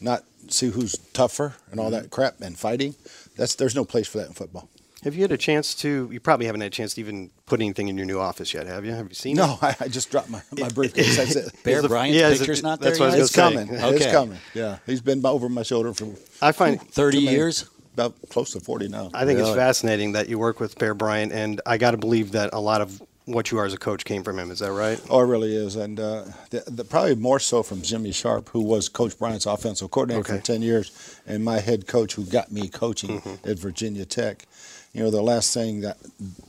not see who's tougher and all that crap and fighting. That's there's no place for that in football. Have you had a chance to? You probably haven't had a chance to even put anything in your new office yet, have you? Have you seen? No, it? I, I just dropped my, my briefcase. That's it. Bear Is the- Bryant's yeah, is it- picture's not there. that's what I yet? was It's coming. It's Okay. coming. Yeah, he's been over my shoulder for I find Thirty too many- years. about close to forty now. I think it's Really? fascinating that you work with Bear Bryant, and I got to believe that a lot of what you are as a coach came from him. Is that right? Oh, it really is, and uh, the, the, probably more so from Jimmy Sharp, who was Coach Bryant's offensive coordinator Okay. for ten years, and my head coach, who got me coaching at Virginia Tech. You know, the last thing that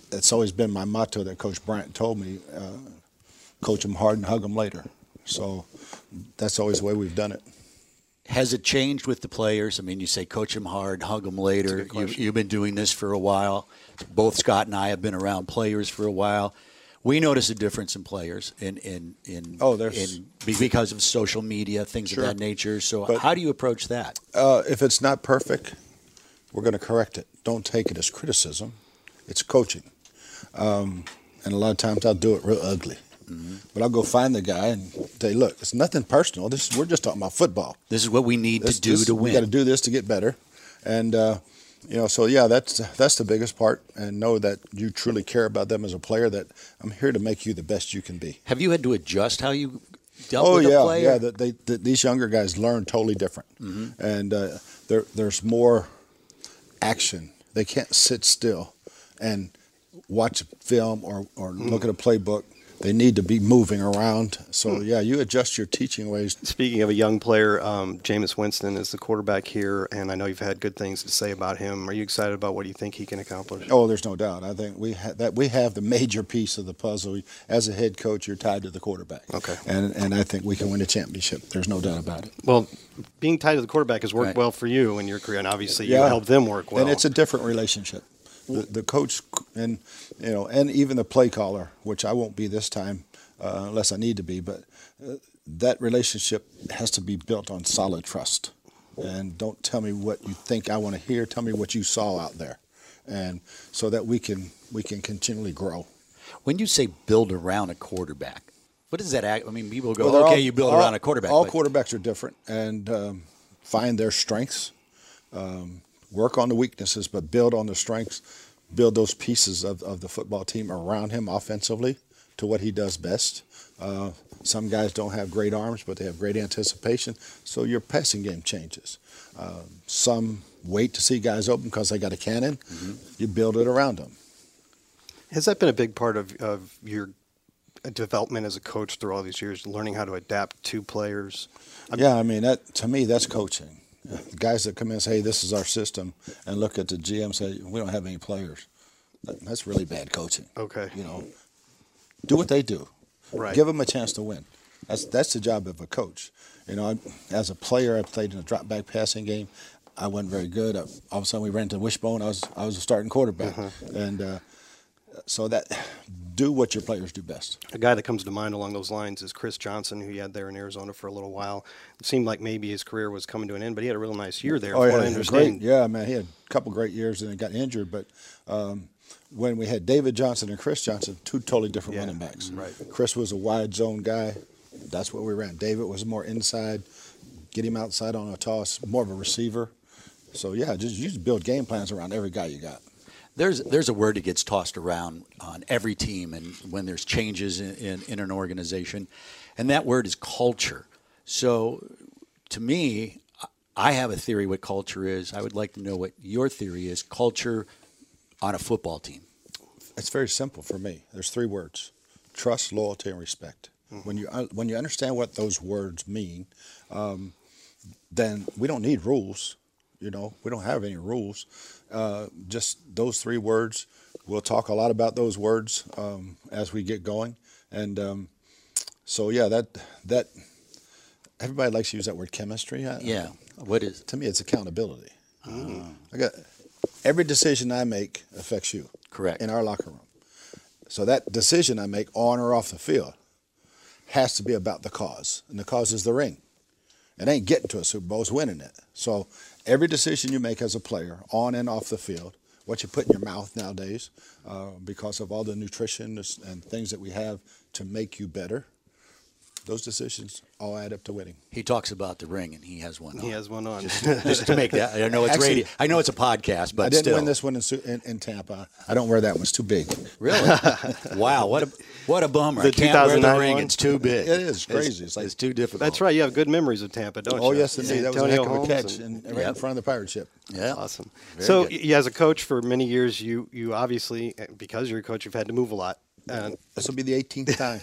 that's always been my motto that Coach Bryant told me: uh, coach them hard and hug them later. So that's always the way we've done it. Has it changed with the players? I mean, you say coach them hard, hug them later. You, you've been doing this for a while. Both Scott and I have been around players for a while. We notice a difference in players in in in, Oh, there's- in be- because of social media, things Sure. of that nature. So, But- how do you approach that? uh, if it's not perfect, we're going to correct it. Don't take it as criticism. It's coaching. Um, and a lot of times I'll do it real ugly. Mm-hmm. But I'll go find the guy and say, look, it's nothing personal. This we're just talking about football. This is what we need This- to do this- to we win. got to do this to get better. And uh, you know, so yeah, that's that's the biggest part. And know that you truly care about them as a player. That I'm here to make you the best you can be. Have you had to adjust how you dealt oh with yeah, a player? Mm-hmm. yeah. That they, that these younger guys learn totally different, and uh, there there's more action. They can't sit still and watch film or or Mm. look at a playbook. They need to be moving around. So Mm. yeah, you adjust your teaching ways. Speaking of a young player, um, Jameis Winston is the quarterback here, and I know you've had good things to say about him. Are you excited about what you think he can accomplish? Oh, there's no doubt. I think we ha- that we have the major piece of the puzzle. As a head coach, you're tied to the quarterback. Okay. And and I think we can win a championship. There's no doubt about it. Well, being tied to the quarterback has worked Right. well for you in your career, and obviously you helped them work well. And it's a different relationship. The, the coach and you know, and even the play caller, which I won't be this time uh, unless I need to be, but uh, that relationship has to be built on solid trust. And don't tell me what you think I want to hear. Tell me what you saw out there, and so that we can we can continually grow. When you say build around a quarterback, what does that act? I mean, people go, Well, they're okay, all- you build all- around a quarterback. All but quarterbacks are different and um, find their strengths, um, work on the weaknesses, but build on the strengths, build those pieces of, of the football team around him offensively to what he does best. Uh, some guys don't have great arms, but they have great anticipation, so your passing game changes. Um some wait to see guys open because they got a cannon. Mm-hmm. You build it around them. Has that been a big part of, of your development as a coach through all these years, learning how to adapt to players? yeah, I mean that to me that's coaching. The guys that come in and say, "Hey, this is our system," and look at the GM and say, "We don't have any players." That- That's really bad coaching. Okay. You know, do what they do. Right. Give them a chance to win. That's that's the job of a coach. You know, I, as a player, I played in a drop back passing game. I wasn't very good. I, all of a sudden, we ran to wishbone. I was I was a starting quarterback, Uh-huh. and uh, so that do what your players do best. A guy that comes to mind along those lines is Chris Johnson, who you had there in Arizona for a little while. It seemed like maybe his career was coming to an end, but he had a real nice year there. Oh, from yeah, what I he was understand. Great. Yeah, man, he had a couple great years and then got injured. But um, when we had David Johnson and Chris Johnson, two totally different Yeah, Mm-hmm. running backs. right. Chris was a wide zone guy. That's what we ran. David was more inside, get him outside on a toss, more of a receiver. So yeah, just you just build game plans around every guy you got. There's there's a word that gets tossed around on every team, and when there's changes in, in, in an organization, and that word is culture. So, to me, I- I have a theory what culture is. I would like to know what your theory is. Culture on a football team. It's very simple for me. There's three words: trust, loyalty, and respect. When you un- when you understand what those words mean, um, then we don't need rules. You know, we don't have any rules. Uh, just those three words. We'll talk a lot about those words um, as we get going, and um, so yeah, that that everybody likes to use that word chemistry. I- Yeah. What is To me, it's accountability. I got every decision I make affects you. Correct. In our locker room. So that decision I make on or off the field has to be about the cause, and the cause is the ring. It ain't getting to a Super Bowl; it's winning it. So every decision you make as a player, on and off the field, what you put in your mouth nowadays, uh, because of all the nutrition and things that we have to make you better, those decisions all add up to winning. he talks about the ring, and he has one. He on. has one on. Just to make that, I know it's Actually- radio. I know it's a podcast, but I didn't still. win this one in, Su- in, in Tampa. I don't wear that one; it's too big. Really? wow. What a what a bummer. The I can't wear the 2009 ring. one? It's too big. It is crazy. It's, It's like- it's too difficult. That's right. You have good memories of Tampa, don't you? Oh yes, indeed. That was a heck Antonio of a Holmes catch, and- and, right in Yep. front of the pirate ship. Yeah. Awesome. Very so, good. y as a coach for many years, you you obviously eh, because you're a coach, you've had to move a lot. Uh, This will be the 18th time.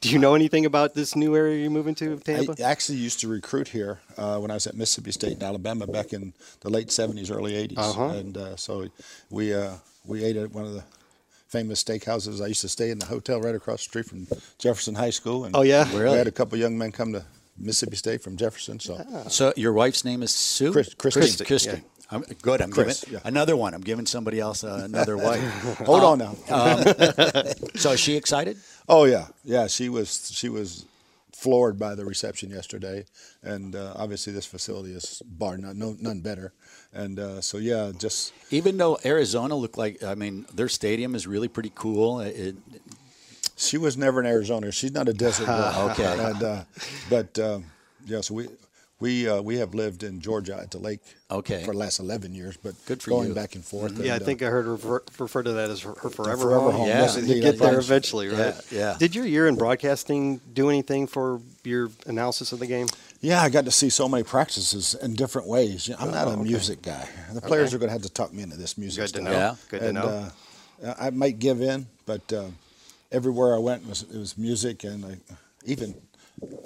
do you know anything about this new area you're moving to, of I Tampa? actually used to recruit here uh, when I was at Mississippi State in Alabama back in the late 70s, early 80s, Uh-huh. and uh, so we uh, we ate at one of the famous steakhouses. I used to stay in the hotel right across the street from Jefferson High School. And Oh, yeah? we Really? had a couple young men come to Mississippi State from Jefferson. So So your wife's name is Sue. Chris- Christy. Christy. Christy, Christy. I'm good. I'm Chris, giving yeah. another one. I'm giving somebody else uh, another wife. Um, hold on now. So is she excited? Oh yeah, yeah. She was she was floored by the reception yesterday, and uh, obviously this facility is bar none, no, none better. And uh, so yeah, just Even though Arizona looked like, I mean, their stadium is really pretty cool. uh, It, it- she was never in Arizona. She's not a desert girl. Okay. And, uh, but um, yeah, so we. We, uh, we have lived in Georgia at the lake Okay. for the last 11 years, but Good for you. going Mm-hmm. back and forth. Yeah, I and, uh, think I heard her refer, refer to that as her, her forever, forever home. home, Yeah. yes, you indeed, get I there think. eventually, right? Yeah, yeah. Did your year in broadcasting do anything for your analysis of the game? Yeah, I got to see so many practices in different ways. You know, I'm not a music guy. The players are going to have to talk me into this music Oh, Good to stuff. know. Yeah. Good and, to know. Uh, I might give in, but uh, everywhere I went was it was music, and I, even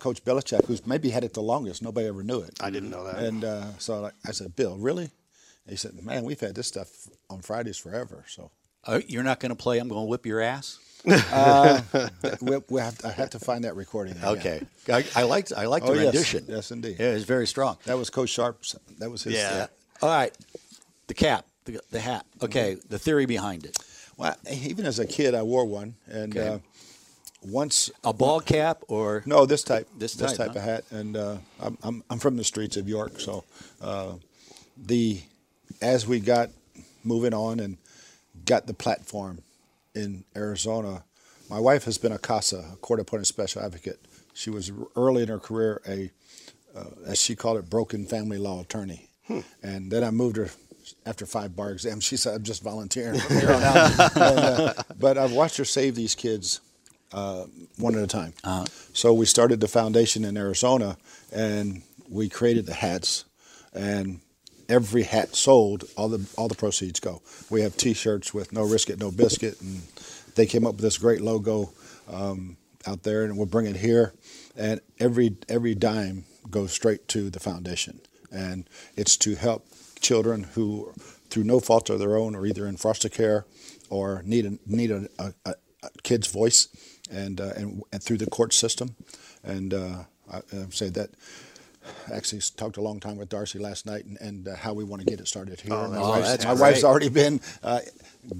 Coach Belichick, who's maybe had it the longest, nobody ever knew it. I didn't know that. And uh, so like, I said, Bill, really? And he said, Man, we've had this stuff on Fridays forever. So uh, you're not going to play. I'm going to whip your ass. uh, we, we have to, I have to find that recording. again. Okay. I, I liked. I liked Oh, the yes. rendition. Yes, indeed. Yeah, it was very strong. That was Coach Sharp's. That was his. Yeah. All right. The cap. The, the hat. Okay. Mm-hmm. The theory behind it. Well, even as a kid, I wore one, and Okay. uh, once A ball cap or Mm-hmm. no, this type, This type, type huh? of hat, and uh, I'm, I'm I'm from the streets of York, so uh, the as we got moving on and got the platform in Arizona, my wife has been a CASA, a court appointed special advocate. She was r- early in her career a uh, as she called it, broken family law attorney. Hmm. And then I moved her after five bar exams. She said, I'm just volunteering from here on out. And, uh, but I've watched her save these kids uh, one at a Ah. time. So we started the foundation in Arizona and we created the hats. And every hat sold, all the, all the proceeds go. We have t shirts with no risk it, no biscuit. And they came up with this great logo out there and we'll bring it here and every every dime goes straight to the foundation and it's to help children who through no fault of their own are either in foster care or need a, need a, a, a a kid's voice and, uh, and and through the court system and uh, I, I say that actually s- talked a long time with Darcy last night and, and uh, how we want to get it started here. my Oh, that's wife's, that's my wife's great. already been uh,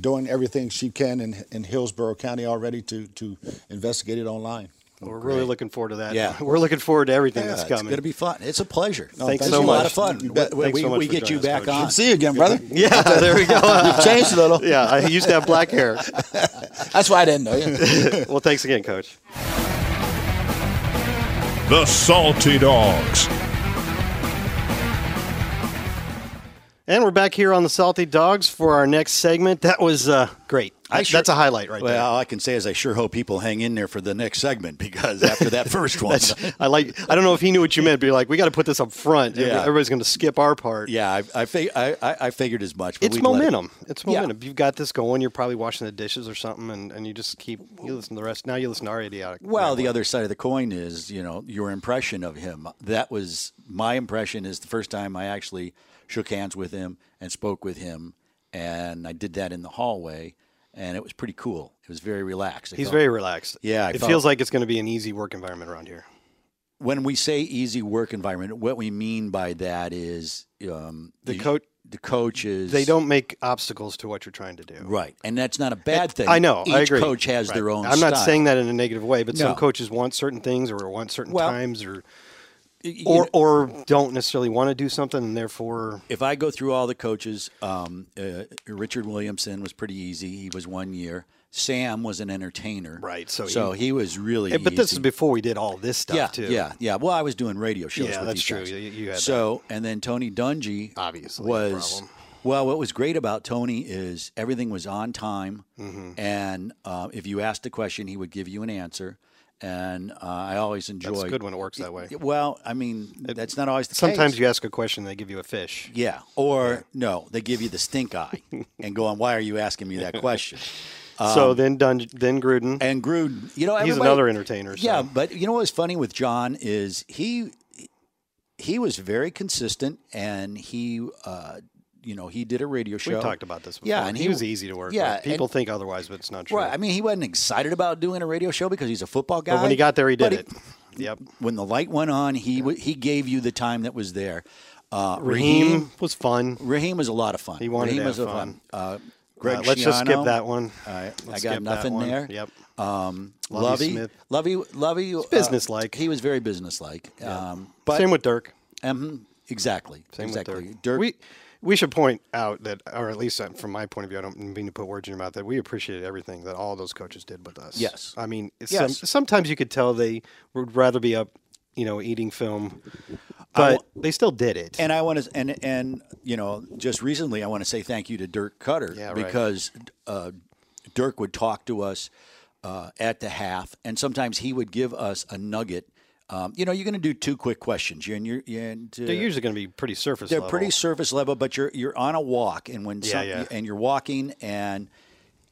doing everything she can in, in Hillsborough County already to, to investigate it online. We're really looking forward to that. Oh, Yeah. We're looking forward to everything Yeah, that's it's coming. going to be fun. It's a pleasure. Thanks This so is A lot much. of fun. You bet. We, Thanks we, so much we for get you joining us, back Coach. on. See you again, brother. yeah, there we go. You've changed a little. yeah, I used to have black hair. That's why I didn't know you. Well, thanks again, Coach. The Salty Dogs. And we're back here on the Salty Dogs for our next segment. That was uh, great. I That- sure- that's a highlight right well, there. all I can say is I sure hope people hang in there for the next segment because after that first one, I like. I don't know if he knew what you meant, but you're like, we got to put this up front. Yeah. Everybody's going to skip our part. yeah, I I, fig- I, I I figured as much. But It's we'd let it- momentum. It's Yeah. momentum. You've got this going. You're probably washing the dishes or something, and, and you just keep you listen to the rest. Now you listen to our idiotic. Well, the other side of the coin is, you know, your impression of him. That was my impression is the first time I actually shook hands with him and spoke with him, and I did that in the hallway, and it was pretty cool. It was very relaxed. I He's felt- very relaxed. Yeah, I it felt- feels like it's going to be an easy work environment around here. When we say easy work environment, what we mean by that is um, The coach- The coach is They don't make obstacles to what you're trying to do. right, and that's not a bad thing. I know. Each I agree. coach has Right. their own. I'm not style. saying that in a negative way, but No. some coaches want certain things or want certain Well, times or You or or don't necessarily want to do something, and therefore if I go through all the coaches, um, uh, Richard Williamson was pretty easy. He was one year. Sam was an entertainer, Right, so so he, was really. Hey, but this is easy. before we did all this stuff yeah, too. yeah, yeah. Well, I was doing radio shows. Yeah, with that's these true. guys. You- you had so, and then Tony Dungy Obviously a was. problem. Well, what was great about Tony is everything was on time, Mm-hmm. and uh, if you asked a question, he would give you an answer. And uh, I always enjoyed. It's good when it works that way. Well, I mean, that's not always the Sometimes case. you ask a question, they give you a fish. Yeah. Or no, they give you the stink eye and go on, why are you asking me that question? Um, so then Dun- then Gruden. And Gruden, you know, He's everybody- another entertainer, so- Yeah, but you know what's funny with John is he he was very consistent and he uh you know, he did a radio show. we talked about this before. Yeah, and he, was easy to work yeah, with. People and- think otherwise, but it's not true. Right. I mean, he wasn't excited about doing a radio show because he's a football guy. when he got there, he did uh, but it. Yep. When the light went on, he w- he gave you the time that was there. Uh, Raheem was fun. Uh, Raheem was a lot of fun. He wanted to Raheem have was a fun. Uh, Greg Uh, let's just skip Schiano. that one. All right, I Let's got skip that nothing one. there. Yep. Um, Lovey Lovey, Smith. Lovey, Lovey, uh, businesslike. he was very businesslike. Um, but Same with Dirk. um, exactly, Same exactly. with Dirk. We we should point out that, or at least uh, from my point of view, I don't mean to put words in your mouth. That we appreciated everything that all those coaches did with us. Yes. I mean, it's Yes. some, sometimes you could tell they would rather be up, you know, eating film, but they still did it. And I want to, and and you know, just recently, I want to say thank you to Dirk Cutter Yeah, right. because uh, Dirk would talk to us uh, at the half, and sometimes he would give us a nugget. Um, you know, you're going to do two quick questions, and you're and uh, they're usually going to be pretty surface. they're level. pretty surface level, but you're you're on a walk, and when Yeah, some, yeah. and you're walking, and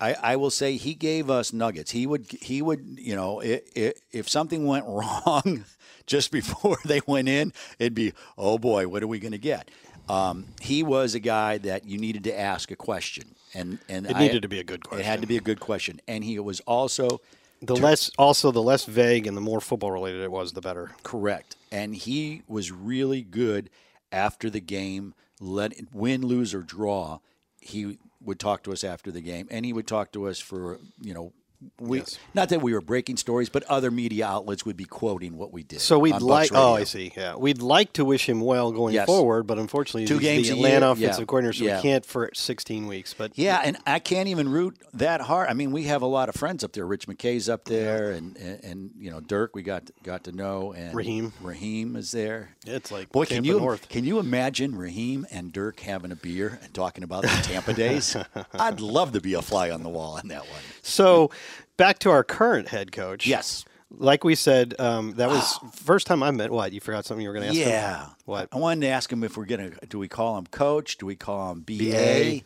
I, I will say he gave us nuggets. He would he would you know i i if something went wrong just before they went in, it'd be oh boy, what are we going to get? Um, he was a guy that you needed to ask a question, and and It I- needed to be a good It had to question. be a good question, and he was also The less, also the less vague and the more football related it was, the better. Correct. And he was really good after the game, let win, lose or draw. He would talk to us after the game and he would talk to us for, you know, we not that we were breaking stories, but other media outlets would be quoting what we did. So we'd on like. Bucks Radio. Oh, I see. Yeah, we'd like to wish him well going Yes. forward, but unfortunately, Two he's games the a Atlanta year, offensive yeah. coordinator, so Yeah. we can't for 16 weeks. But Yeah, and I can't even root that hard. I mean, we have a lot of friends up there. Rich McKay's up there, and, and and you know Dirk, we got got to know, and Raheem. Raheem is there. It's like boy, can Tampa you North. can you imagine Raheem and Dirk having a beer and talking about the Tampa days? I'd love to be a fly on the wall on that one. So, back to our current head coach. Yes. Ah. Like we said, um, that was first time I met. What you forgot something you were going to ask? him? Yeah, Oh, What? I wanted to ask him if we're gonna do we call him coach? Do we call him BA?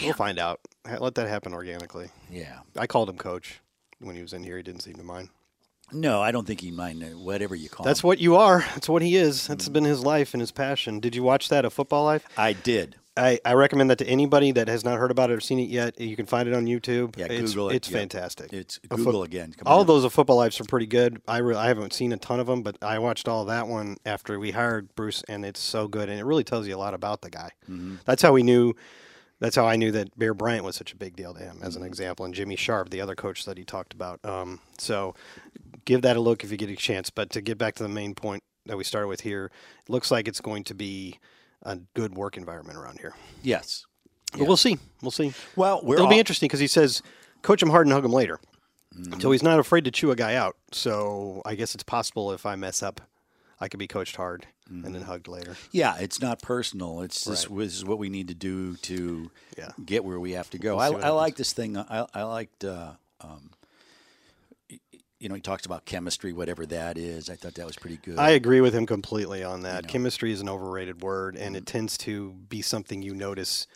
We'll find out. Ha- Let that happen organically. Yeah. I called him coach when he was in here. He didn't seem to mind. No, I don't think he mind uh, whatever you call That's him. what you are. That's what he is. That's been his life and his passion. Did you watch that? A football life? I did. I, I recommend that to anybody that has not heard about it or seen it yet. You can find it on YouTube. Yeah, it's, Google it. It's Yep. fantastic. It's A Google again. Come all on. those of football lives are pretty good. I re- I haven't seen a ton of them, but I watched all that one after we hired Bruce, and it's so good, and it really tells you a lot about the guy. Mm-hmm. That's how we knew. That's how I knew that Bear Bryant was such a big deal to him, as an example, and Jimmy Sharp, the other coach that he talked about. Um, so give that a look if you get a chance. But to get back to the main point that we started with here, it looks like it's going to be a good work environment around here. Yes. But we'll see. We'll see. Well, we're it'll all- be interesting because he says, "Coach him hard and hug him later." Mm-hmm. So he's not afraid to chew a guy out. So I guess it's possible if I mess up, I could be coached hard and Mm-hmm. then hugged later. Yeah, it's not personal. It's this, this is what we need to do to Yeah. get where we have to go. I, I like this thing. I, I liked, uh, um, y- you know, he talks about chemistry, whatever that is. I thought that was pretty good. I agree with him completely on that. Chemistry is an overrated word, and Mm-hmm. it tends to be something you notice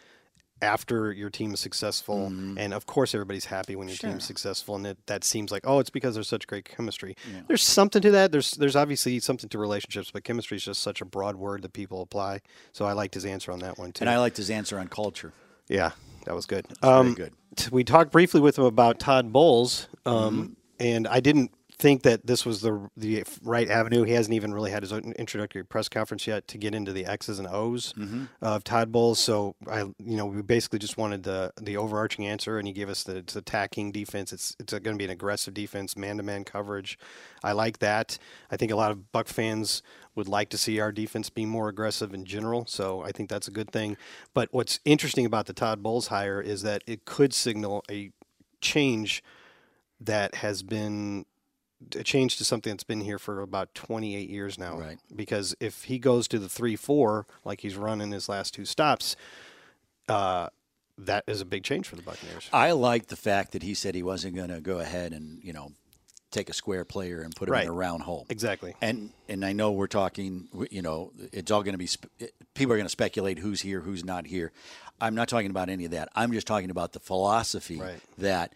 after your team is successful. Mm-hmm. And of course, everybody's happy when your team's successful, and it, that seems like oh, it's because there's such great chemistry. There's something to that. There's there's obviously something to relationships, but chemistry is just such a broad word that people apply. So I liked his answer on that one too. and I liked his answer on culture. Yeah, that was good. very um, good. t- we talked briefly with him about Todd Bowles, um, and I didn't think that this was the the right avenue. He hasn't even really had his own introductory press conference yet to get into the X's and O's of Todd Bowles. So I, you know, we basically just wanted the the overarching answer, and he gave us the it's attacking defense. It's it's going to be an aggressive defense, man to man coverage. I like that. I think a lot of Buck fans would like to see our defense be more aggressive in general. So I think that's a good thing. But what's interesting about the Todd Bowles hire is that it could signal a change that has been a change to something that's been here for about 28 years now. Right. Because if he goes to the 3 4, like he's run in his last two stops, uh, that is a big change for the Buccaneers. I liked the fact that he said he wasn't going to go ahead and, you know, take a square player and put him Right. in a round hole. Exactly. And and I know we're talking, we- you know, it's all going to be sp- it- people are going to speculate who's here, who's not here. I'm not talking about any of that. I'm just talking about the philosophy Right. that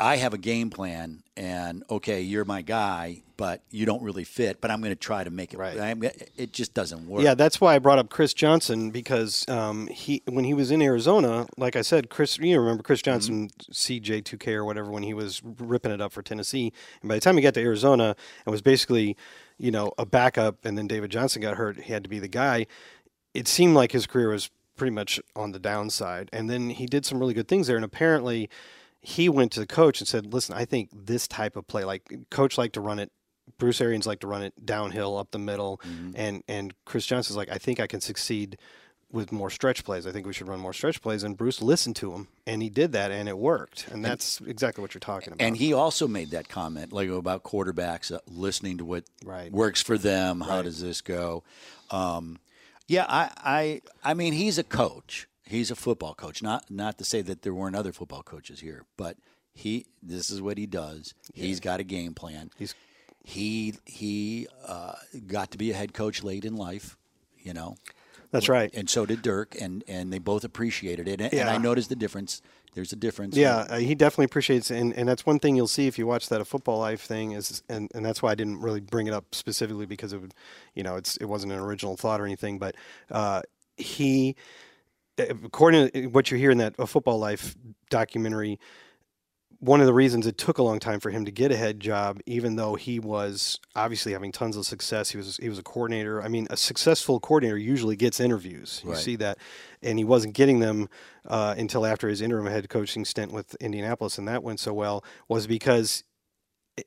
I have a game plan, and okay, you're my guy, but you don't really fit. But I'm going to try to make it. Right. I'm, gonna- it just doesn't work. Yeah, that's why I brought up Chris Johnson because um, he when he was in Arizona, like I said, Chris, you remember Chris Johnson, CJ2K or whatever, when he was ripping it up for Tennessee, and by the time he got to Arizona and was basically, you know, a backup, and then David Johnson got hurt, he had to be the guy. It seemed like his career was pretty much on the downside, and then he did some really good things there, and apparently. He went to the coach and said, "Listen, I think this type of play, like coach, liked to run it Bruce Arians like to run it downhill up the middle, and and Chris Johnson's like, I think I can succeed with more stretch plays. I think we should run more stretch plays. And Bruce listened to him, and he did that, and it worked. And that's exactly what you're talking about. And he also made that comment, like about quarterbacks uh, listening to what Right. works for them. How does this go? Um, yeah, I, I, I mean, he's a coach. He's a football coach. Not, not to say that there weren't other football coaches here, but he. This is what he does. He's got a game plan. He's he he uh, got to be a head coach late in life. You know, that's right. and so did Dirk, and and they both appreciated it. And, and I Yeah. noticed the difference. There's a difference. Yeah, uh, he definitely appreciates, it, and and that's one thing you'll see if you watch that a football life thing is, and, and that's why I didn't really bring it up specifically because it would, you know, it's it wasn't an original thought or anything, but uh, he, according to what you hear in that a football life documentary, one of the reasons it took a long time for him to get a head job, even though he was obviously having tons of success. He was he was a coordinator. I mean, a successful coordinator usually gets interviews. You Right. see that, and he wasn't getting them uh, until after his interim head coaching stint with Indianapolis, and that went so well was because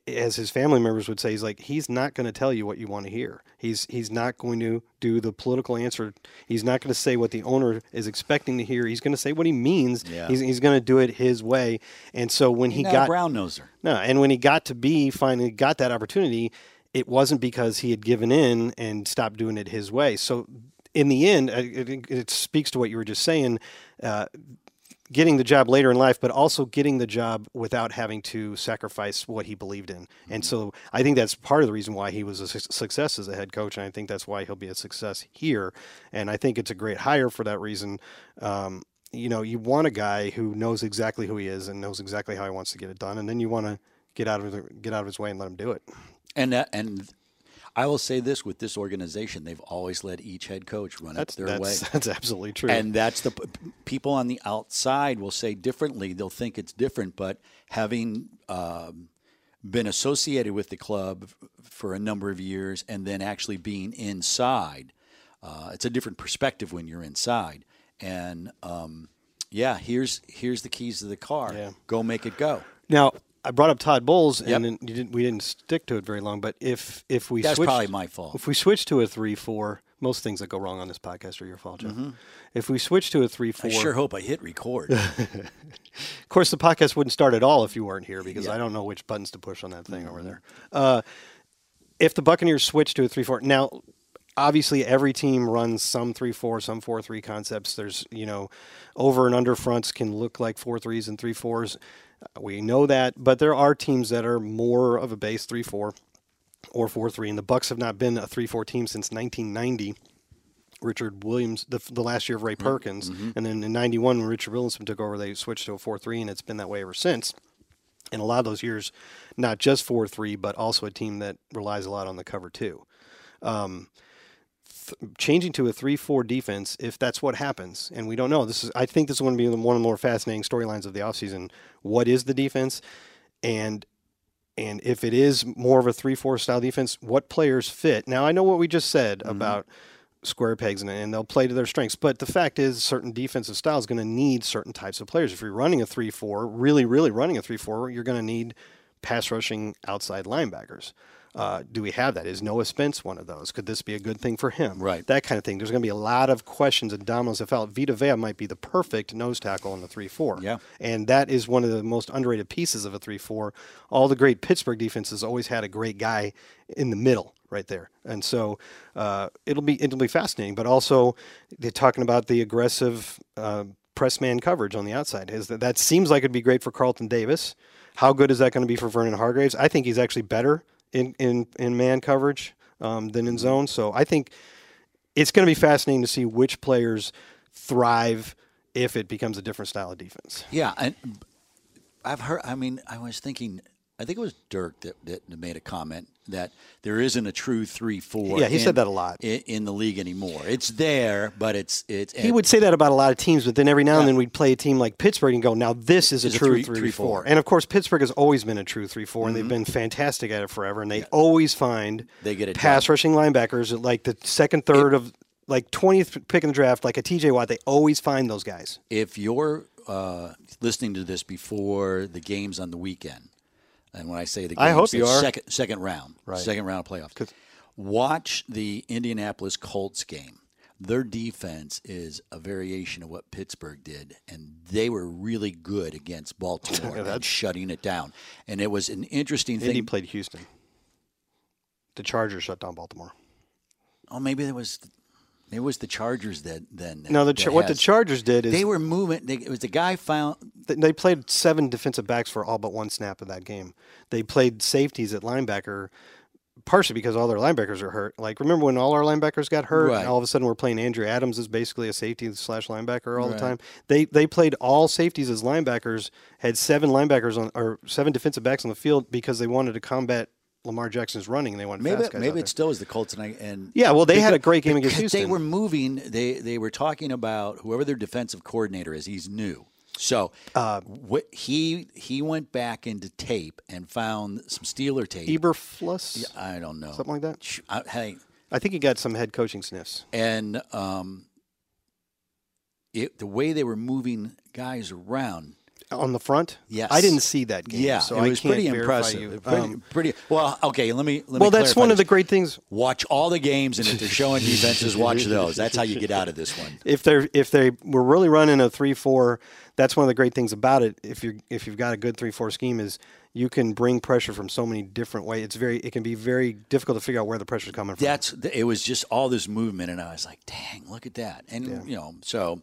as his family members would say, he's like he's not going to tell you what you want to hear. He's he's not going to do the political answer. He's not going to say what the owner is expecting to hear. He's going to say what he means. Yeah. He's he's going to do it his way. And so when he Not got a brown noser. no, and when he got to be finally got that opportunity, it wasn't because he had given in and stopped doing it his way. So in the end, uh, it, it- it speaks to what you were just saying. Uh, getting the job later in life, but also getting the job without having to sacrifice what he believed in. Mm-hmm. And so I think that's part of the reason why he was a su- success as a head coach. And I think that's why he'll be a success here. And I think it's a great hire for that reason. Um, you know, you want a guy who knows exactly who he is and knows exactly how he wants to get it done. And then you want to get out of his, get out of his way and let him do it. And that, and I will say this with this organization, they've always let each head coach run That's, it their that's, way. that's absolutely true. And that's the p- people on the outside will say differently. They'll think it's different, but having um, been associated with the club f- for a number of years and then actually being inside, uh, it's a different perspective when you're inside. And um, yeah, here's here's the keys to the car. Yeah. Go make it go. now, I brought up Todd Bowles, Yep. and then you didn't, we didn't stick to it very long. But if if we That's switched, probably my fault. If we switch to a three four, most things that go wrong on this podcast are your fault, Jeff. If we switch to a three Mm-hmm. I four, sure hope I hit record. of course the podcast wouldn't start at all if you weren't here because I don't know which buttons to push on that thing Mm-hmm. over there. Uh, if the Buccaneers switch to a three four now. Obviously, every team runs some three four, some four three concepts. There's, you know, over and under fronts can look like four threes and three fours. We know that, but there are teams that are more of a base three four or four three, and the Bucks have not been a three four team since 1990. Richard Williams, the, the last year of Ray Perkins, and then in '91 when Richard Williamson took over, they switched to a four-three, and it's been that way ever since. And a lot of those years, not just four-three, but also a team that relies a lot on the cover two. Um, th- changing to a three-four defense, if that's what happens, and we don't know. This is, I think, this is going to be the one of the more fascinating storylines of the offseason. What is the defense, and and if it is more of a 3 4 style defense, what players fit? Now, I know what we just said about square pegs and, and they'll play to their strengths, but the fact is, certain defensive style is going to need certain types of players. If you're running a 3 4, really, really running a 3 4, you're going to need pass rushing outside linebackers. Uh, do we have that? Is Noah Spence one of those? Could this be a good thing for him? Right. That kind of thing. There's going to be a lot of questions and dominoes that fell. out. Vita Vea might be the perfect nose tackle in the 3 4. Yeah. And that is one of the most underrated pieces of a 3 4. All the great Pittsburgh defenses always had a great guy in the middle right there. And so uh, it'll be it'll be fascinating. But also, they're talking about the aggressive uh, press man coverage on the outside. Is that, that seems like it'd be great for Carlton Davis. How good is that going to be for Vernon Hargraves? I think he's actually better in, in, in man coverage um, than in zone. So I think it's going to be fascinating to see which players thrive if it becomes a different style of defense. Yeah, and I've heard. I mean, I was thinking. I think it was Dirk that, that made a comment that there isn't a true three four. Yeah, he said that a lot. in, in the league anymore. It's there, but it's it's. He would say that about a lot of teams, but then every now and then we'd play a team like Pittsburgh and go, now this is a It's a true three- 3 three, 4. four. Mm-hmm. And of course, Pittsburgh has always been a true 3 4, and they've been fantastic at it forever. And they always find They get it pass done. rushing linebackers at like the second, third of like 20th pick in the draft, like a TJ Watt. They always find those guys. if you're uh, listening to this before the games on the weekend, and when I say the games, I hope the you are. second second round, second round of playoffs. Watch the Indianapolis Colts game. Their defense is a variation of what Pittsburgh did, and they were really good against Baltimore at shutting it down. And it was an interesting Indy thing. played Houston. The Chargers shut down Baltimore. Oh, maybe it was, it was the Chargers that then. No, the that Char- what the has- Chargers did is They were moving. They, it was the guy found Th- They played seven defensive backs for all but one snap of that game. They played safeties at linebacker, partially because all their linebackers are hurt. Like remember when all our linebackers got hurt? Right. And all of a sudden we're playing Andrew Adams as basically a safety slash linebacker all the time. They they played all safeties as linebackers. Had seven linebackers on or seven defensive backs on the field because they wanted to combat Lamar Jackson's running and they wanted Maybe fast guys out maybe there. it still is the Colts and I and Yeah, well, they had a Because- great game against because They Houston. were moving. They they were talking about whoever their defensive coordinator is. He's new, so Uh, what he he went back into tape and found some Steeler tape. Eberflus. I don't know Something like that? Sh- I, hey, I think he got some head coaching sniffs. and um, it the way they were moving guys around. on the front. Yes. I didn't see that game. Yeah, so it I was can't pretty verify impressive. you. Pretty, Um, pretty well. Okay, let me. Let well, me that's clarify one of the this. great things. Watch all the games, and if they're showing defenses, watch those. That's how you get out of this one. If they're if they were really running a three four, that's one of the great things about it. If you if you've got a good three four scheme, is you can bring pressure from so many different ways. It's very it can be very difficult to figure out where the pressure's coming from. That's it was just all this movement, and I was like, "Dang, look at that!" And you know, so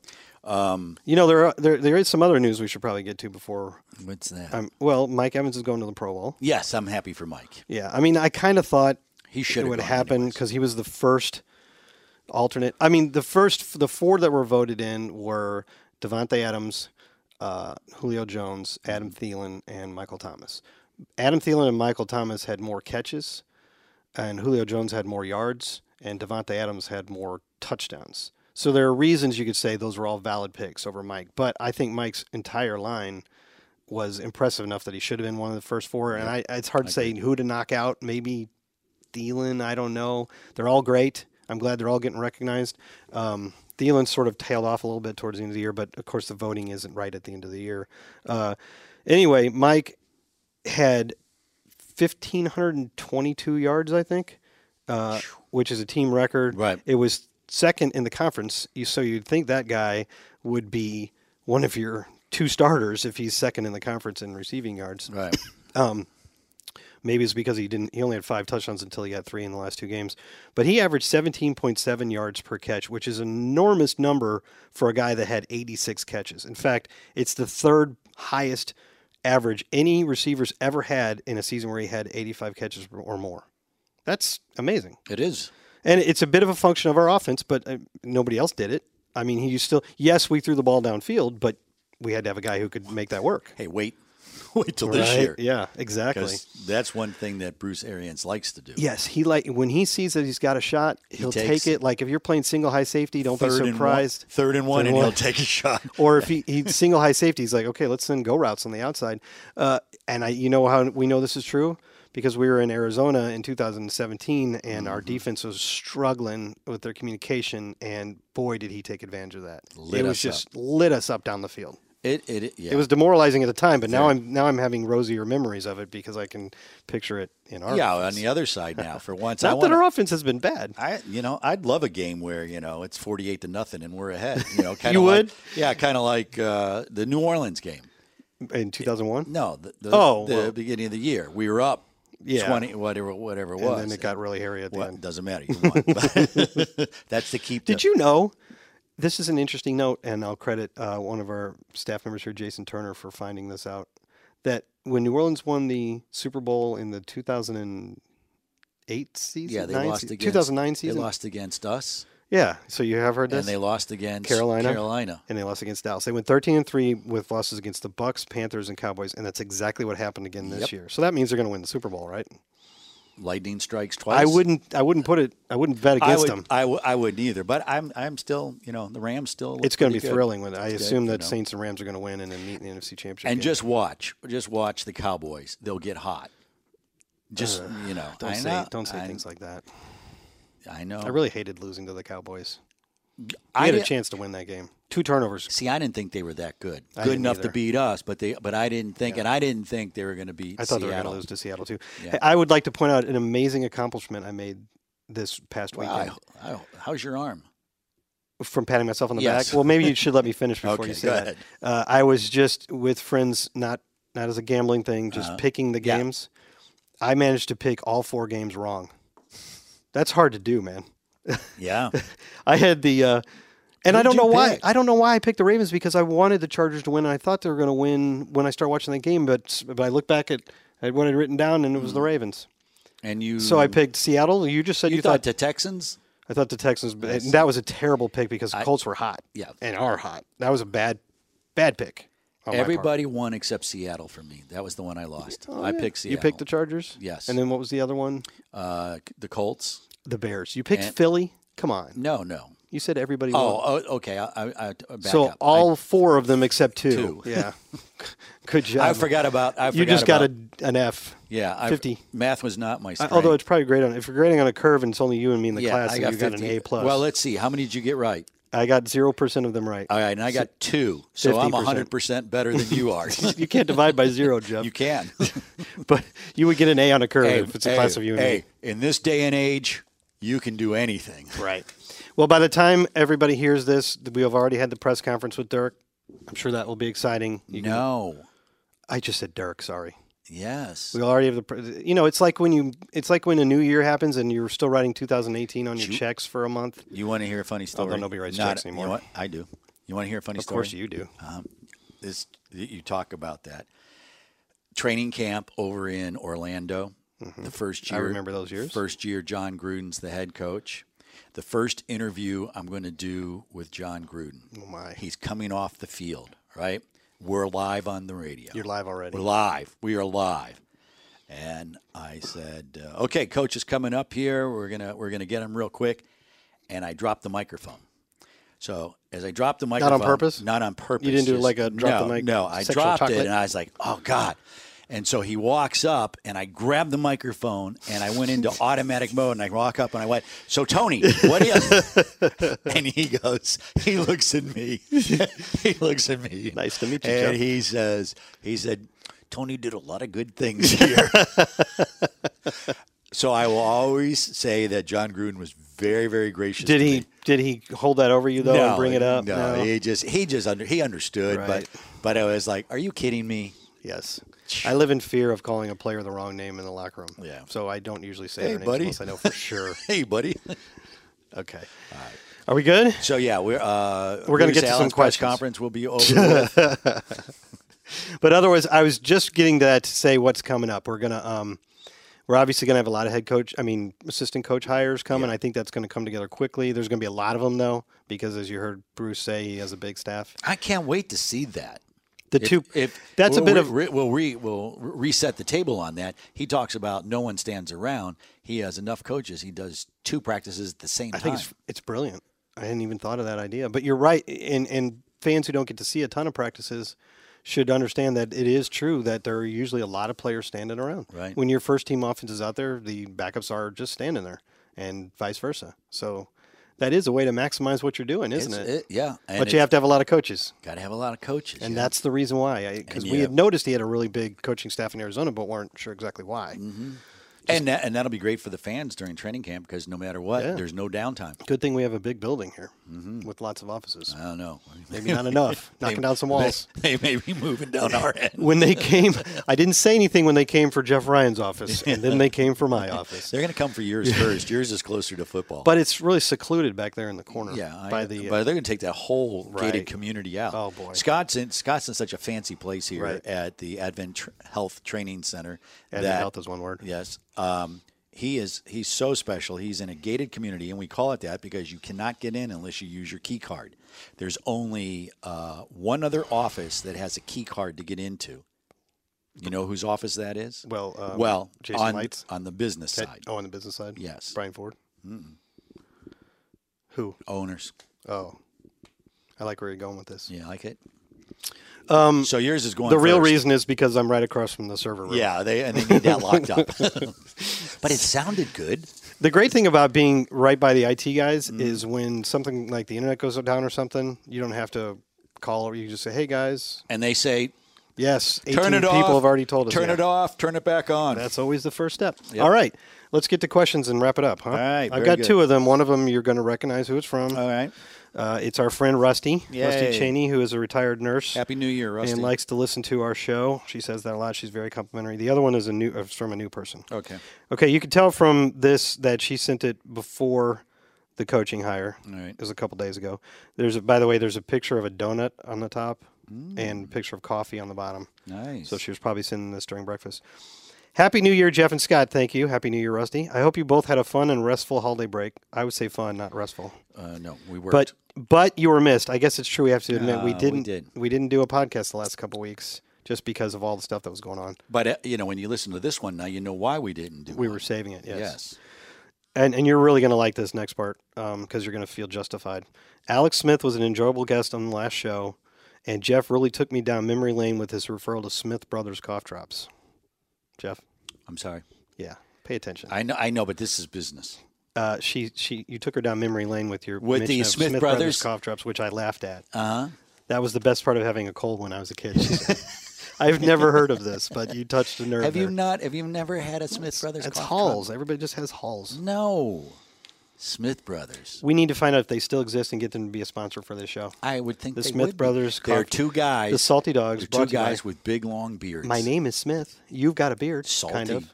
you know there are, there there is some other news we should probably get to before. what's that? Um, well, Mike Evans is going to the Pro Bowl. yes, I'm happy for Mike. Yeah, I mean, I kind of thought He should it have would gone happen anyways. because he was the first alternate. I mean, the first the four that were voted in were Devonte Adams, uh, Julio Jones, Adam Mm-hmm. Thielen, and Michael Thomas. Adam Thielen and Michael Thomas had more catches, and Julio Jones had more yards, and Devonte Adams had more touchdowns. So there are reasons you could say those were all valid picks over Mike, but I think Mike's entire line was impressive enough that he should have been one of the first four. And I, it's hard to say who to knock out. Maybe Thielen, I don't know. They're all great. I'm glad they're all getting recognized. Um, Thielen sort of tailed off a little bit towards the end of the year, but of course the voting isn't right at the end of the year. Uh, anyway, Mike had 1,522 yards, I think, uh, which is a team record. Right. It was second in the conference, you- so you'd think that guy would be one of your two starters if he's second in the conference in receiving yards. Right. Maybe it's because he didn't. He only had five touchdowns until he got three in the last two games. But he averaged 17.7 yards per catch, which is an enormous number for a guy that had 86 catches. In fact, it's the third highest average any receiver's ever had in a season where he had 85 catches or more. That's amazing. It is. And it's a bit of a function of our offense, but uh, nobody else did it. I mean, he still, yes, we threw the ball downfield, but we had to have a guy who could make that work. Hey, wait, wait till this Right? year. Yeah, exactly. 'Cause that's one thing that Bruce Arians likes to do. Yes, he like when he sees that he's got a shot, he'll takes take it. Like if you're playing single high safety, don't be surprised. And one, third and one, Third and one. he'll take a shot. Or if he, he's single high safety, he's like, okay, let's send go routes on the outside. Uh, and I, you know how we know this is true because we were in Arizona in 2017, and Mm-hmm. our defense was struggling with their communication, and boy, did he take advantage of that. Lit it was us just lit us up down the field. It, it, it- yeah. It was demoralizing at the time, but now I'm now I'm having rosier memories of it because I can picture it in our yeah. On offense. the other side now, for once, I Not that wanna- our offense has been bad. I, you know, I'd love a game where you know it's forty-eight to nothing and we're ahead. You know, kind You of would? Like, yeah, kind of like uh, the New Orleans game. In 2001? No, the, the, Oh, the well. beginning of the year we were up Yeah. twenty whatever whatever it was. and then it got really hairy at the Well, end. doesn't matter. You won. But that's the keep. Did you know? This is an interesting note, and I'll credit uh, one of our staff members here, Jason Turner, for finding this out. That when New Orleans won the Super Bowl in the 2008 season, Yeah, they nine lost se- against 2009 season. They lost against us. Yeah. So you have heard this? and they lost against Carolina. Carolina. And they lost against Dallas. They went 13 and 3 with losses against the Bucks, Panthers, and Cowboys, and that's exactly what happened again this Yep. year. So that means they're going to win the Super Bowl, right? Lightning strikes twice. I wouldn't I wouldn't put it I wouldn't bet I against would, them. I, w- I wouldn't either. But I'm I'm still you know the Rams still. look it's going to be pretty good. thrilling when I It's good, assume you that know. Saints and Rams are going to win and then meet in the NFC Championship. And game. just watch, just watch the Cowboys. They'll get hot. Just you know, don't I say know, don't say I, things like that. I know. I really hated losing to the Cowboys. I I had a di- chance to win that game. Two turnovers. See, I didn't think they were that good. I good didn't enough either. to beat us, but they but I didn't think and I didn't think they were going to beat I thought they were going to Seattle. lose to Seattle too. Yeah. Hey, I would like to point out an amazing accomplishment I made this past Wow, weekend. I- I- how's your arm? from patting myself on the Yes. back. Well, maybe you should let me finish before Okay, you say go that. ahead. Uh, I was just with friends, not not as a gambling thing, just picking the Uh-huh. Yeah. games. I managed to pick all four games wrong. That's hard to do, man. Yeah, I had the, uh, and I Who'd don't you know why. pick? I don't know why I picked the Ravens because I wanted the Chargers to win, and I thought they were going to win when I started watching that game. But but I looked back at, at what I'd written down, and it was the Ravens. and you. So I picked Oh, Seattle. You just said Hmm. You, you, thought, the Texans? I thought the Texans, but and that was a terrible pick because the Colts were hot. Yeah. and are hot. That was a bad, bad pick. on my part. Everybody won except Seattle for me. That was the one I lost. I picked Oh, You Seattle. picked the Chargers. Yes. And then what was the other one? uh, the Colts. The Bears. You picked And- Philly. Come on. No, no. You said everybody. won. Oh, oh okay. I, I, I back so up. all four of them except two. Two. Yeah. Good job. I, I forgot about. I forgot You just got about- a, an F. yeah. I, fifty. Math was not my strength. Although it's probably great on if you're grading on a curve and it's only you and me in the yeah, class, I then got you got an 50. A plus. Well, let's see. How many did you get right? I got zero percent of them right. All right, and I got two, so i am 50%. 100 percent better than you are. you can't divide by zero, Jeff. you can. but you would get an A on a curve hey, if it's a class of you and me. hey, in this day and age, you can do anything. Right. Well, by the time everybody hears this, we have already had the press conference with Dirk. I'm sure that will be exciting. You can- No. I just said Dirk. Sorry. Yes. We already have the. pre- You know, it's like when you. It's like when a new year happens and you're still writing 2018 on your checks for a month. You want to hear a funny story? Oh, nobody writes Not- checks you know anymore. what? I do. You want to hear a funny Of story? course, you do. Uh, this you talk about that training camp over in Orlando. The first year, Mm-hmm. remember those years. First year, John Gruden's the head coach. The first interview I'm going to do with John Gruden. Oh my. He's coming off the field, right? We're live on the radio. You're live already. We're live. We are live. And I said, uh, "Okay, coach is coming up here. We're gonna we're gonna get him real quick." And I dropped the microphone. So as I dropped the on microphone, purpose? Not on purpose. You didn't do just- like a drop no, the mic No, I sexual dropped it, chocolate? and I was like, "Oh God." And so he walks up, and I grabbed the microphone, and I went into automatic mode, and I walk up, and I went, "So Tony, what is?" and he goes, he looks at me, he looks at me. Nice to meet you, And Jeff. he says, he said, "Tony did a lot of good things here." so I will always say that John Gruden was very, very gracious. Did to he? me. Did he hold that over you though and bring it up? No, he just he just under he understood, Right. but but I was like, "Are you kidding me?" Yes. I live in fear of calling a player the wrong name in the locker room. Yeah. So I don't usually say Hey, their names buddy. unless I know for sure. Hey, buddy. okay. Are we good? So yeah, we're uh, We're gonna Bruce get to some Allen's press questions. conference. will be over. with. But otherwise, I was just getting to that to say what's coming up. We're gonna, um, we're obviously gonna have a lot of head coach, I mean, assistant coach hires coming. I think that's gonna come together quickly. There's gonna be a lot of them though, because as you heard Bruce say, he has a big staff. I can't wait to see that. The If- two, if that's we'll a bit re- of re, we'll re we'll re- reset the table on that. He talks about no one stands around. He has enough coaches. He does two practices at the same I time. think it's it's brilliant. I hadn't even thought of that idea. But you're right, and and fans who don't get to see a ton of practices should understand that it is true that there are usually a lot of players standing around. Right. When your first team offense is out there, the backups are just standing there, and vice versa. So that is a way to maximize what you're doing, isn't It's- it? it- yeah, and but you have to have a lot of coaches. got to have a lot of coaches. And yeah. that's the reason why, because And we you- had noticed he had a really big coaching staff in Arizona, but weren't sure exactly why. Mm-hmm. and that, and that'll be great for the fans during training camp because no matter what, Yeah. there's no downtime. Good thing we have a big building here Mm-hmm. with lots of offices. I don't know. Maybe not enough. Knocking down some walls. They, they Uh, may be moving down our end. when they came, I didn't say anything when they came for Jeff Ryan's office, and then they came for my office. They're going to come for yours first. Yours is closer to football. But it's really secluded back there in the corner. yeah, I- by the uh, but they're going to take that whole Right. gated community out. Oh, boy. Scott's in Scott's in such a fancy place here Right. at the Advent Tr- Health Training Center. Advent that- Health is one word. Yes, um, he is he's so special. He's in a gated community, and we call it that because you cannot get in unless you use your key card. There's only uh, one other office that has a key card to get into. You know whose office that is? Well, um, well, Jason on, Light's? on the business That- side, oh, on the business side? Yes. Mm-hmm. Brian Ford? Who? owners. Oh. I like where you're going with this. You like it? Um, so yours is going. The real first. reason is because I'm right across from the server room. Yeah, they and they need that locked up. but it sounded good. The great thing about being right by the IT guys Mm-hmm. is when something like the internet goes down or something, you don't have to call or you just say, "Hey guys, And they say, yes, 18 turn it people off. have already told us." Turn that." it off. Turn it back on. That's always the first step. Yep. All right, let's get to questions and wrap it up, huh? All right, I've very got good. two of them. One of them you're going to recognize who it's from. all right. Uh, it's our friend Rusty, Rusty Yay. Cheney, who is a retired nurse. Happy New Year, Rusty. And likes to listen to our show. She says that a lot. She's very complimentary. The other one is a new uh, from a new person. Okay. Okay, you can tell from this that she sent it before the coaching hire. All right. It was a couple days ago. There's a, by the way, there's a picture of a donut on the top and a picture of coffee on the bottom. Mm. Nice. So she was probably sending this during breakfast. Happy New Year, Jeff and Scott. Thank you. Happy New Year, Rusty. I hope you both had a fun and restful holiday break. I would say fun, not restful. uh, no, we worked. But but you were missed. I guess it's true. We have to admit we Ah, we didn't did. not do a podcast the last couple weeks just because of all the stuff that was going on. But uh, you know, when you listen to this one now, you know why we didn't do. We it. were saving it. Yes. yes. And and you're really going to like this next part because you're going to feel justified. Alex Smith was an enjoyable guest on the last show, and Jeff really took me down memory lane with his referral to Smith Brothers cough drops. Jeff, I'm sorry. yeah, pay attention. I know. I know. But this is business. uh, she she you took her down memory lane with your With the mention of Smith Brothers. Brothers? cough drops, which I laughed at. Uh huh. That was the best part of having a cold when I was a kid. she said. I've never heard of this, but you touched a nerve. Have you there. not? Have you never had a Smith Brothers? It's cough drop? Halls. Everybody just has Halls. No, Smith Brothers. We need to find out if they still exist and get them to be a sponsor for this show. I would think The they Smith would be. Brothers They're cough- two guys. the Salty Dogs They're brought to two you by- guys with big long beards. My name is Smith. You've got a beard. Salty. Kind of.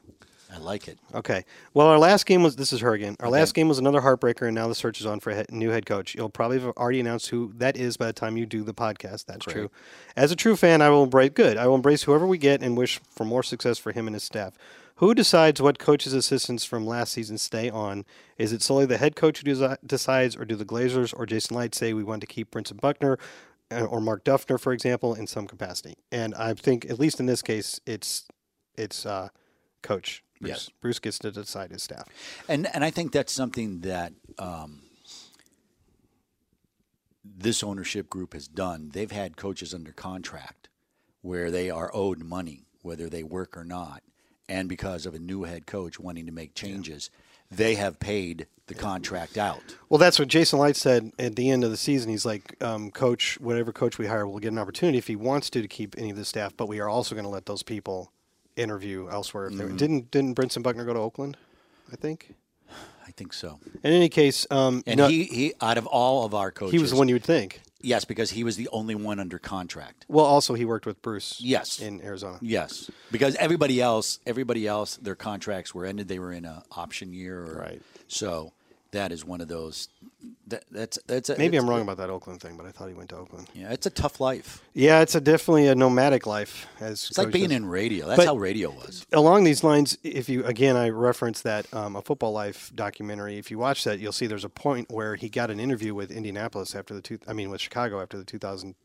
I like it. Okay. Well, our last game was this is her again. Our last game was another heartbreaker, and now the search is on for a he- new head coach. You'll probably have already announced who that is by the time you do the podcast. That's true. As a true fan, I will embrace good. I will embrace whoever we get and wish for more success for him and his staff. Who decides what coach's assistants from last season stay on? Is it solely the head coach who desi- decides, or do the Glazers or Jason Light say we want to keep Prince and Buckner? uh, Or Mark Duffner, for example, in some capacity, and I think at least in this case, it's it's uh, coach. Bruce. Yes. Bruce gets to decide his staff. And and I think that's something that um, this ownership group has done. They've had coaches under contract where they are owed money, whether they work or not, and because of a new head coach wanting to make changes, they have paid the contract out. Well, that's what Jason Light said at the end of the season. He's like, um, "Coach, whatever coach we hire, will get an opportunity if he wants to to keep any of the staff, but we are also going to let those people interview elsewhere." If they Mm-hmm. didn't didn't Brinson Buckner go to Oakland? I think. I think so. In any case, um, And no, he, he out of all of our coaches, he was the one you would think. Yes, because he was the only one under contract. Well, also he worked with Bruce. Yes. in Arizona. Yes, because everybody else, everybody else, their contracts were ended. They were in a option year, or, Right. So that is one of those. That, that's that's a, Maybe it's- I'm wrong about that Oakland thing, but I thought he went to Oakland. Yeah, it's a tough life. Yeah, it's a definitely a nomadic life. As It's like being in radio. That's But- how radio was. along these lines, if you again, I reference that um, a football life documentary. If you watch that, you'll see there's a point where he got an interview with Indianapolis after the two. I mean, with Chicago after the 2012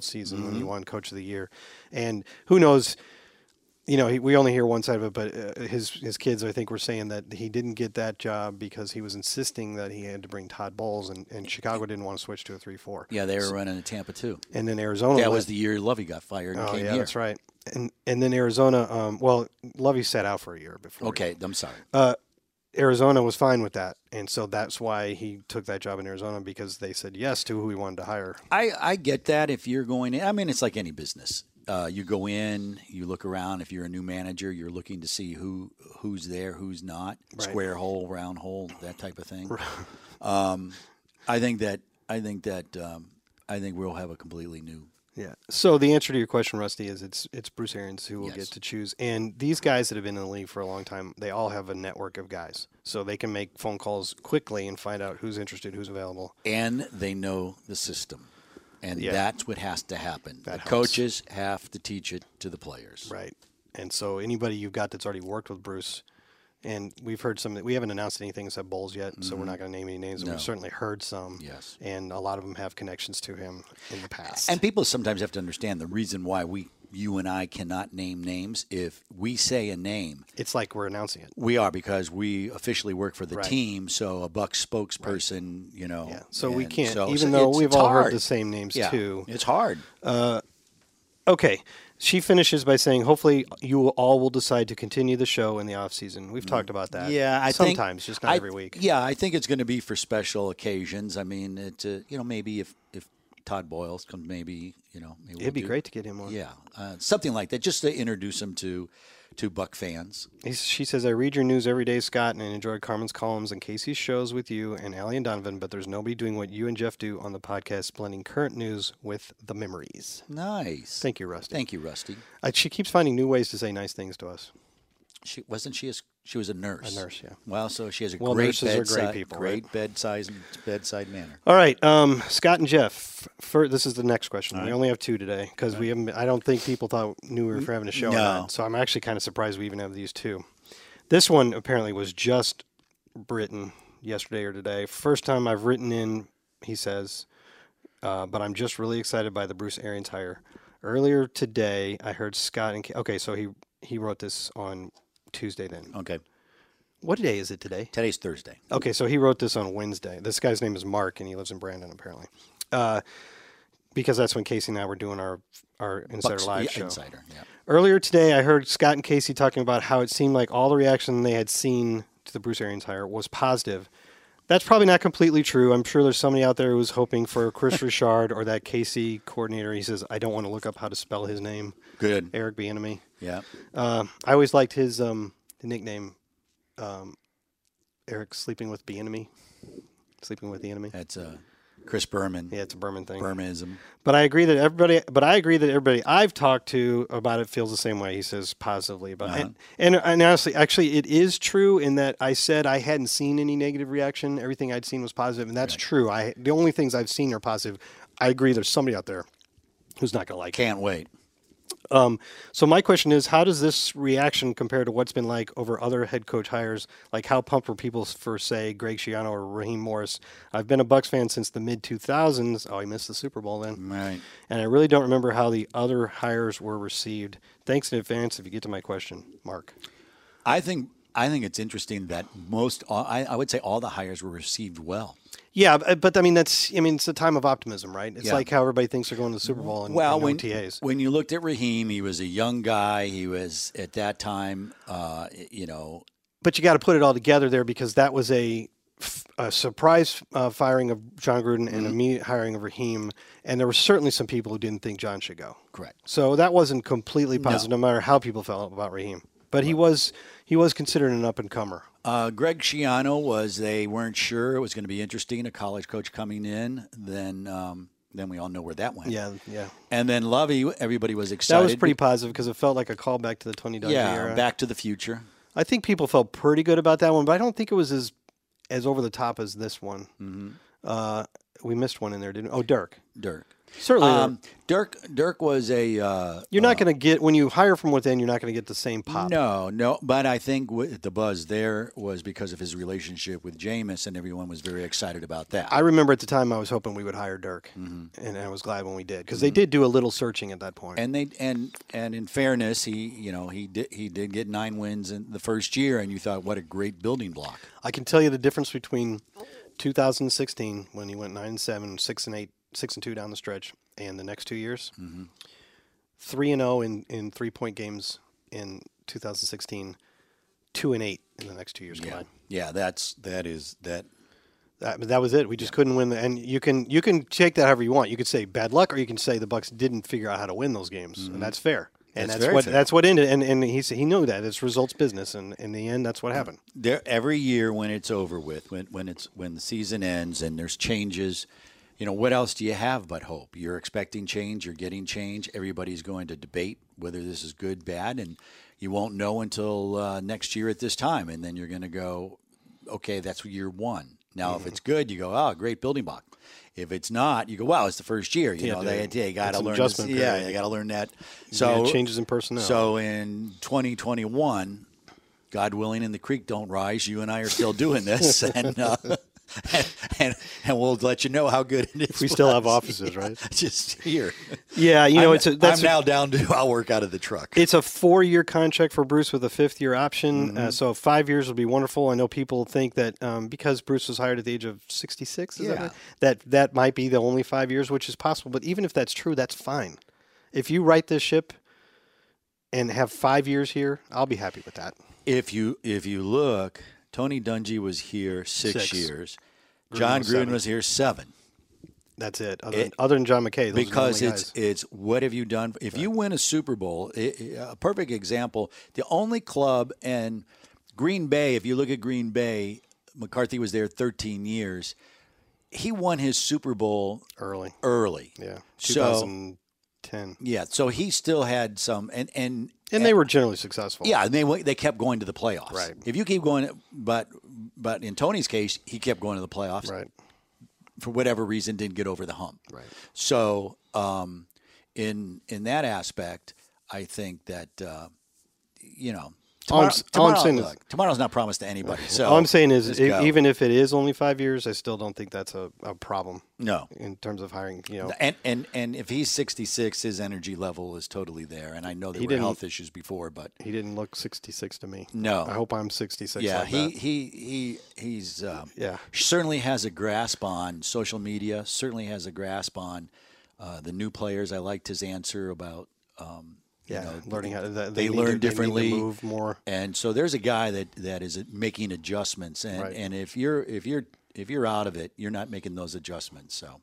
season Mm-hmm. when he won Coach of the Year, and who knows. You know, he, we only hear one side of it, but uh, his his kids, I think, were saying that he didn't get that job because he was insisting that he had to bring Todd Bowles, and, and Chicago didn't want to switch to a three-four. Yeah, they were running to Tampa too. And then Arizona. That let- was the year Lovey got fired. And Oh came yeah, here. that's right. And and then Arizona, um, well, Lovey sat out for a year before. Okay, I'm sorry. Arizona was fine with that, and so that's why he took that job in Arizona because they said yes to who he wanted to hire. I, I get that if you're going in. I mean, it's like any business. Uh, you go in, you look around. If you're a new manager, you're looking to see who who's there, who's not, square hole, round hole, that type of thing. um, I think that I think that um, I think we'll have a completely new. Yeah. So the answer to your question, Rusty, is it's it's Bruce Arians who will Yes. get to choose, and these guys that have been in the league for a long time, they all have a network of guys, so they can make phone calls quickly and find out who's interested, who's available. And they know the system, and Yeah. that's what has to happen. the helps. coaches have to teach it to the players. Right. And so anybody you've got that's already worked with Bruce, and we've heard some. We haven't announced anything except Bowles yet, so we're not going to name any names. but Mm-hmm. No. We've certainly heard some. Yes. And a lot of them have connections to him in the past. And people sometimes have to understand the reason why we, you and I, cannot name names. If we say a name, it's like we're announcing it. we are because we officially work for the Right. team. So a Buck spokesperson, you know. Yeah, so we and can't, so- even so though it's- we've it's all heard hard. the same names, Yeah, too. It's hard. Okay. She finishes by saying, "Hopefully, you all will decide to continue the show in the off season." We've talked about that. Mm. Yeah, I think- Uh, sometimes, just not I- every week. Yeah, I think it's going to be for special occasions. I mean, it uh, you know maybe if if Todd Boyles comes, maybe you know maybe we'll it'd be do- great to get him on. Yeah, uh, something like that, just to introduce him to to Buck fans. He's, she says, I read your news every day, Scott, and enjoyed Carmen's columns and Casey's shows with you and Allie and Donovan, but there's nobody doing what you and Jeff do on the podcast, blending current news with the memories. Nice. Thank you, Rusty. Thank you, Rusty. Uh, she keeps finding new ways to say nice things to us. She wasn't she a, s- she was a nurse. A nurse, yeah. Well, so she has a Well, great nurses are great bedside- people, great right? bedside bedside manner. All right, um, Scott and Jeff. For, this is the next question. We only have two today because we haven't. I don't think people thought knew we were having a show. or No. not, so I'm actually kind of surprised we even have these two. This one apparently was just written yesterday or today. First time I've written in. He says, uh, but I'm just really excited by the Bruce Arians hire. Earlier today, I heard Scott and Ca- okay, so he he wrote this on Tuesday. Then Okay, what day is it today? today's Thursday. Okay, so he wrote this on Wednesday. This guy's name is Mark, and he lives in Brandon, apparently. Uh, because that's when Casey and I were doing our our Insider Bucks- Live yeah, show. Insider. Yeah. Earlier today, I heard Scott and Casey talking about how it seemed like all the reaction they had seen to the Bruce Arians hire was positive. That's probably not completely true. I'm sure there's somebody out there who's hoping for Chris Richard or that Casey coordinator. He says, I don't want to look up how to spell his name. Good. Eric Bieniemy. Yeah. Uh, I always liked his um, nickname, um, Eric Sleeping with the Enemy. Sleeping with the Enemy. That's uh, Chris Berman. Yeah, it's a Berman thing. Bermanism. But I agree that everybody. But I agree that everybody I've talked to about it feels the same way. He says positively about it, and, and honestly, actually, it is true in that I said I hadn't seen any negative reaction. Everything I'd seen was positive, and that's true. I the only things I've seen are positive. I agree. There's somebody out there who's not going to like it. Can't wait. So my question is, how does this reaction compare to what's been like over other head coach hires? Like how pumped were people for say Greg Schiano or Raheem Morris? I've been a Bucks fan since the mid 2000s. Oh, I missed the Super Bowl then. Right. And I really don't remember how the other hires were received. Thanks in advance if you get to my question, Mark. I think I think it's interesting that most all, I, I would say all the hires were received well. Yeah, but, but I mean that's I mean it's a time of optimism, right? It's Yeah. like how everybody thinks they're going to the Super Bowl and, Mm, and when, OTAs. when you looked at Raheem, he was a young guy. He was at that time, uh, you know, but you got to put it all together there because that was a, f- a surprise uh, firing of John Gruden and immediate hiring of Raheem, and there were certainly some people who didn't think John should go. correct. So that wasn't completely positive, no, matter how people felt about Raheem. But he was he was considered an up and comer. Uh, Greg Schiano was they weren't sure it was going to be interesting. A college coach coming in, then um, then we all know where that went. Yeah, yeah. And then Lovey, everybody was excited. That was pretty positive because it felt like a callback to the Tony Dungy Yeah, era. Back to the Future. I think people felt pretty good about that one, but I don't think it was as as over the top as this one. Uh, we missed one in there, didn't? we? Oh, Dirk. Dirk. Certainly, there- Um, Dirk. Dirk was a. Uh, You're not going to get when you hire from within. You're not going to get the same pop. No, no, but I think w- the buzz there was because of his relationship with Jameis, and everyone was very excited about that. I remember at the time I was hoping we would hire Dirk, and I was glad when we did because they did do a little searching at that point. Mm-hmm. and they and and in fairness, he you know he did he did get nine wins in the first year, and you thought what a great building block. I can tell you the difference between 2016 when he went nine and seven, six and eight, six and two down the stretch, and the next two years, Mm-hmm. three and zero in in three point games in 2016, two and eight in the next two years combined. Yeah, that's that is that. That, that was it. We just couldn't win. The, and you can you can take that however you want. You could say bad luck, or you can say the Bucks didn't figure out how to win those games, and that's fair. And That's Mm-hmm. that's, very what fair. that's what ended. And and he said he knew that it's results business, and in the end, that's what happened. There every year when it's over with, when when it's when the season ends and there's changes, you know what else do you have but hope? You're expecting change, you're getting change. Everybody's going to debate whether this is good, bad, and you won't know until uh, next year at this time, and then you're going to go, okay, that's year one. Now, Mm-hmm. if it's good, you go, oh, great building block. If it's not, you go, wow, it's the first year. You Yeah, know, dude. they, they got to It's an learn. adjustment this- yeah, period. they got to learn that. Yeah, So changes in personnel. So in 2021, God willing, and the creek don't rise. You and I are still doing this, and uh, and and we'll let you know how good it is. we still have for us. offices, right? Just here. Yeah, you know, I'm, it's a, that's I'm a- now down to I'll work out of the truck. It's a four-year contract for Bruce with a fifth-year option. Mm-hmm. Uh, so five years would be wonderful. I know people think that um, because Bruce was hired at the age of sixty-six, is that, Yeah. right? that that might be the only five years, which is possible. But even if that's true, that's fine. If you write this ship and have five years here, I'll be happy with that. if you if you look, Tony Dungy was here six, Six. years. John Gruden was seven. was here seven. That's it. Other, than, other than John McKay, those are the because only it's guys. it's what have you done? If you win a Super Bowl, i i- a perfect example. The only club and Green Bay. If you look at Green Bay, McCarthy was there 13 years. He won his Super Bowl early. early. Yeah, two So thousand ten, yeah, so he still had some, and and and they were generally successful. yeah, and they went- they kept going to the playoffs. Right. If you keep going, but but in Tony's case, he kept going to the playoffs right. for whatever reason didn't get over the hump. Right. So um, in in that aspect, I think that uh, you know All tomorrow, I'm s- all I'm tomorrow- saying is- look, tomorrow's not promised to anybody. So All I'm saying just is, e- go. even if it is only five years, I still don't think that's a, a problem. No. in terms of hiring, you know, and, and and if he's 66, his energy level is totally there. And I know there were didn't- health issues before, but he didn't look 66 to me. No. I hope I'm 66. yeah, like he, that. he he he's um, Yeah. certainly has a grasp on social media. Certainly has a grasp on uh, the new players. I liked his answer about um, you yeah, know, learning how to, they, they need learn to, need to differently. move more. And so there's a guy that that is making adjustments, and Right. and if you're if you're if you're out of it, you're not making those adjustments. So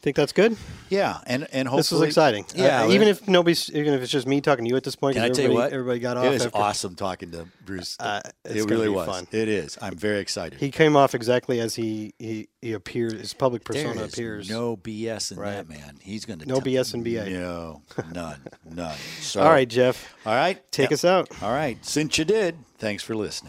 Think that's good. yeah, and and hopefully This was exciting. Yeah, Uh, even if nobody's, even if it's just me talking to you at this point, can I 'cause tell you everybody, what, everybody got off. It was after- awesome talking to Bruce. Uh, it's it gonna really be was. fun. It is. I'm very excited. He came off exactly as he he, he appears. His public There persona is appears. No BS in that Right. man. He's going to No BS in BA. No, none, none. So, All right, Jeff, all right. take Yeah. us out. All right. Since you did, thanks for listening.